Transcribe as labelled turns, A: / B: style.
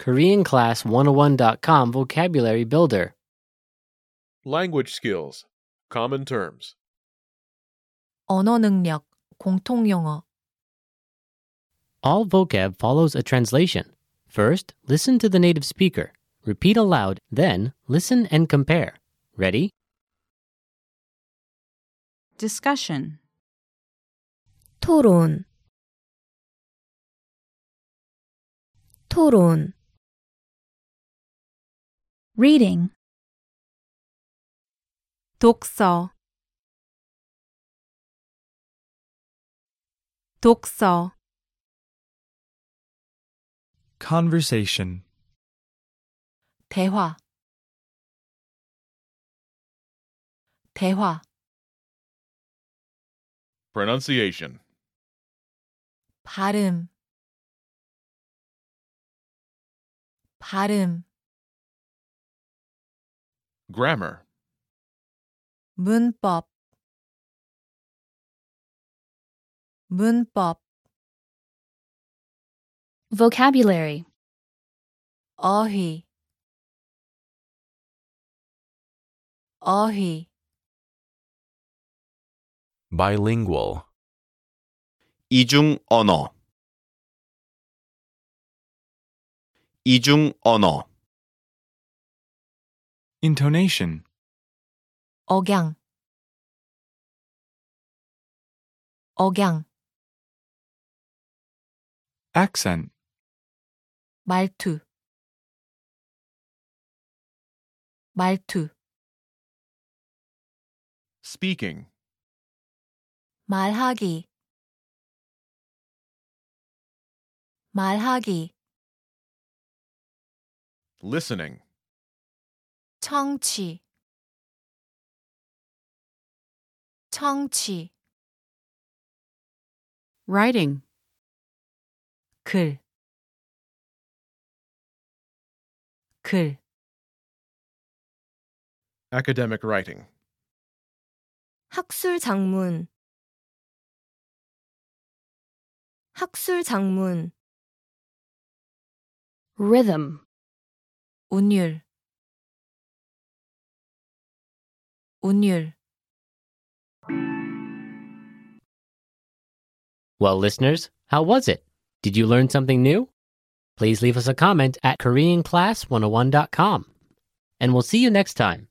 A: KoreanClass101.com Vocabulary Builder.
B: Language skills. Common terms.
C: 언어 능력, 공통 용어,
A: All vocab follows a translation. First, listen to the native speaker. Repeat aloud, then, listen and compare. Ready?
D: Discussion.
E: 토론 토론
D: Reading.
C: 독서, 독서,
F: Conversation.
C: 대화, 대화,
B: Pronunciation.
C: 발음, 발음,
B: Grammar.
C: 문법, 문법,
E: vocabulary
C: 어휘, 어휘.
G: bilingual,
H: 이중 언어 이중 언어
F: Intonation.
C: 억양 억양
F: Accent.
C: 말투 말투
B: Speaking.
C: 말하기 말하기
B: Listening.
C: 청취 청취
D: Writing.
C: 글 글,
B: Academic writing.
E: 학술 장문 학술 장문 rhythm
C: 운율 운율
A: Well, listeners, how was it? Did you learn something new? oh Please leave us a comment at KoreanClass101.com. And we'll see you next time.